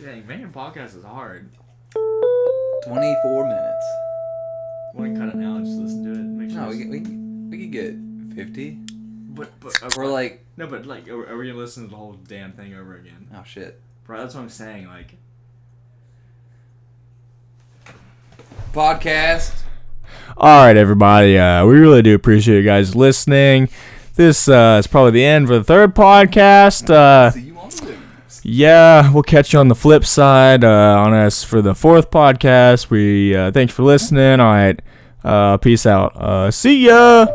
Dang, making podcast is hard. 24 minutes. Want to cut it now and just listen to it? And make sure No, we it's- could, we, could- we could get 50. but but uh, Or like, no, but like, are, are we gonna listen to the whole damn thing over again? oh shit. Bro, that's what I'm saying. Like, Podcast. All right, everybody. Uh, we really do appreciate you guys listening. This uh, is probably the end for the third podcast. Uh, See you on the yeah, we'll catch you on the flip side uh, on us for the fourth podcast. We uh, thanks for listening. All right, uh, peace out. Uh, see ya.